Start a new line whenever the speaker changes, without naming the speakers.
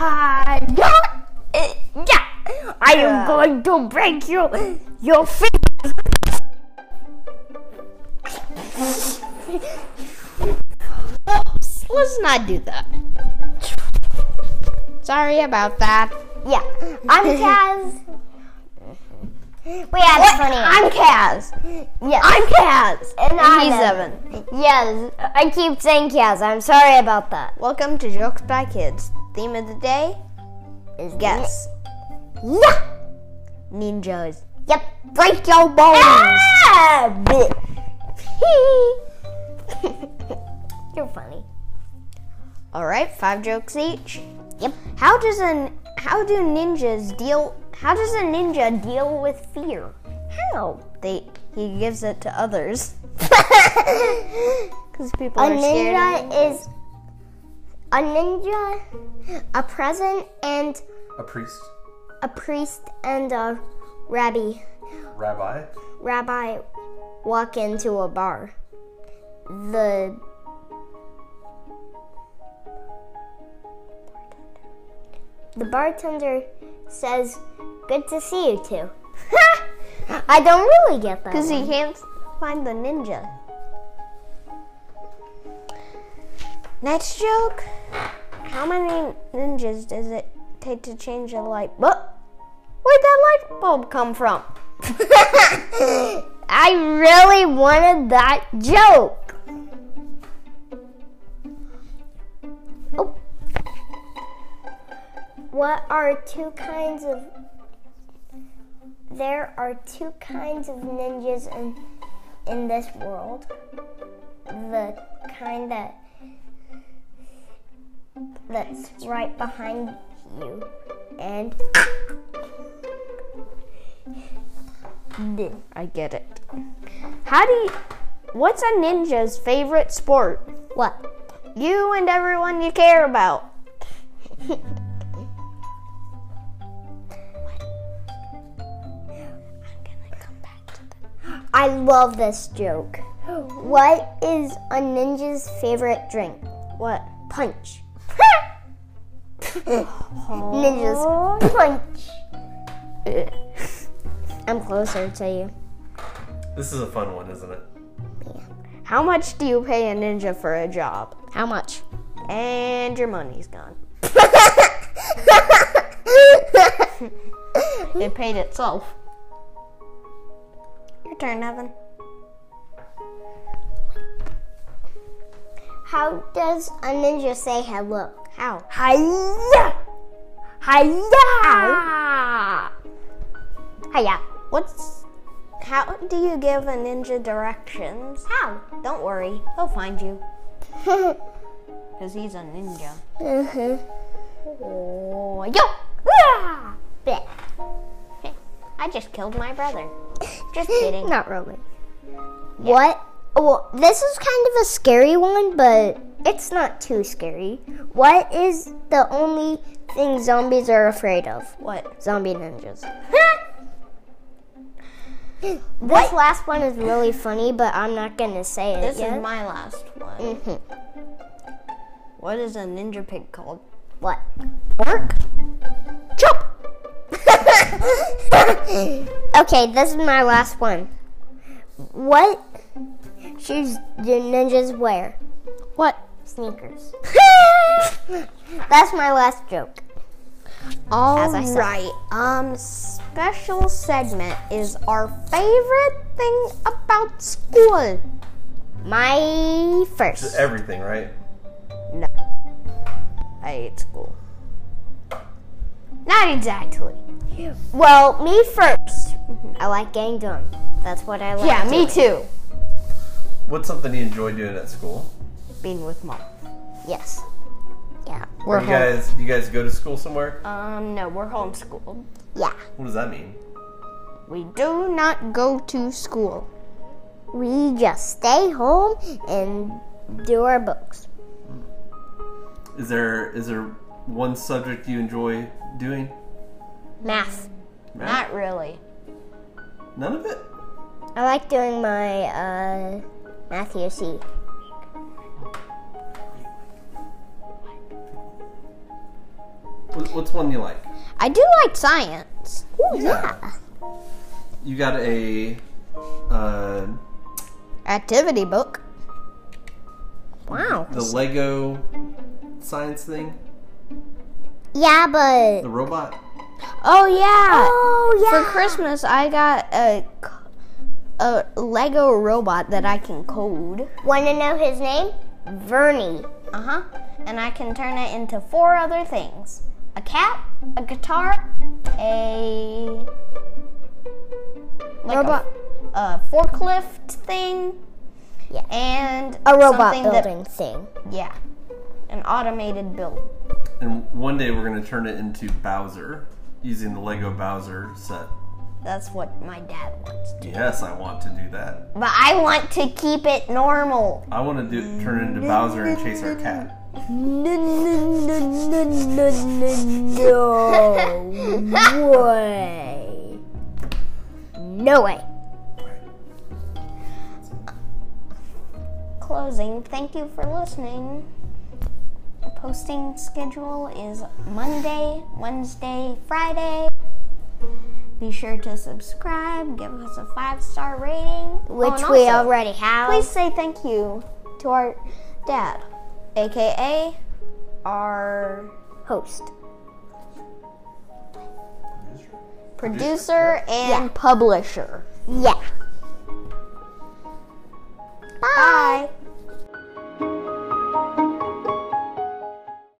Uh, am going to break you, your fingers.
Oops, let's not do that. Sorry about that.
Yeah, I'm Kaz. We had
What?
funny.
I'm Kaz.
yes,
I'm Kaz.
And I'm
he's
Evan.
Evan.
yes. I keep saying Kaz. I'm sorry about that.
Welcome to Jokes by Kids. Theme of the day is guess.
Yeah.
Ninjas.
Yep.
Break your bones.
Ah, bleh. You're funny.
All right, five jokes each.
Yep.
How does an how do ninjas deal? How does a ninja deal with fear?
How?
They he gives it to others
a
because people are scared.
ninja is a ninja, a present, and
A priest,
a priest and a rabbi.
rabbi,
Rabbi walk into a bar. The The bartender says, "Good to see you two." I don't really get that.
Because
one.
he can't find the ninja. Next joke. How many ninjas does it take to change a light bulb? Where'd that light bulb come from?
I really wanted that joke. Oh. What are two kinds of There are two kinds of ninjas in in this world. The kind that that's right behind you and
I get it. How do you. What's a ninja's favorite sport?
what?
You and everyone you care about.
I love this joke. What is a ninja's favorite drink?
What?
Punch. Ninja's punch. I'm closer to you.
This is a fun one, isn't it?
How much do you pay a ninja for a job?
How much?
And your money's gone. It paid itself. Your turn, Evan.
How does a ninja say hello?
How?
Hiya! Hiya!
How?
Hiya.
Ah. What's. How do you give a ninja directions?
How?
Don't worry, he'll find you. Because he's a ninja. Mm-hmm.
oh,
Yo!
yeah. Bleh.
I just killed my brother. Just kidding.
Not really. What? Well, this is kind of a scary one, but it's not too scary. What is the only thing zombies are afraid of?
What?
Zombie ninjas. this last one is really funny, but I'm not gonna say it.
This
yet.
is my last one.
Mhm.
What is a ninja pig called?
what?
Pork?
Chop. okay, this is my last one. What shoes do ninjas wear?
What?
Sneakers. That's my last joke.
All
As I said.
right. Um, special segment is our favorite thing about school.
My
Just
first.
everything, right?
No. I hate school. Not exactly.
Well, me first. I like getting done. That's what I like.
Yeah, me
doing.
too.
What's something you enjoy doing at school?
Being with mom.
Yes. Yeah.
We're
you
home.
guys, you guys go to school somewhere?
Um, no, we're homeschooled.
Yeah.
What does that mean?
We do not go to school.
We just stay home and do our books.
Is there is there one subject you enjoy doing?
Math.
Math?
Not really.
None of it.
I like doing my uh, Matthew C.
Wh- What's one you like?
I do like science. questions.
Ooh, yeah.
You got a uh,
Activity book. Wow.
the Lego science thing,
Yeah, but.
the robot.
Oh yeah.
Oh, yeah.
For Christmas, I got a c- a Lego robot that I can code.
Want to know his name? Vernie.
Uh
Uh-huh.
huh. And I can turn it into four other things: a cat, a guitar, a like a-
Robot.
a, forklift thing,
Yeah.
and
A robot
something that-
building thing.
yeah, an automated build.
And one day we're gonna turn it into Bowser using the Lego Bowser set.
That's what my dad wants.
Yes, I want to do that.
But I want to keep it normal.
I want to do turn it into Bowser and chase our cat.
No, no, no, no, no, no, no way. No way.
Closing. Thank you for listening. Posting schedule is Monday, Wednesday, Friday. Be sure to subscribe, give us a five star rating, Oh,
Which
and
we
also,
already have.
Please say thank you to our dad, aka our
Host.
producer and publisher.
Yeah.
Bye.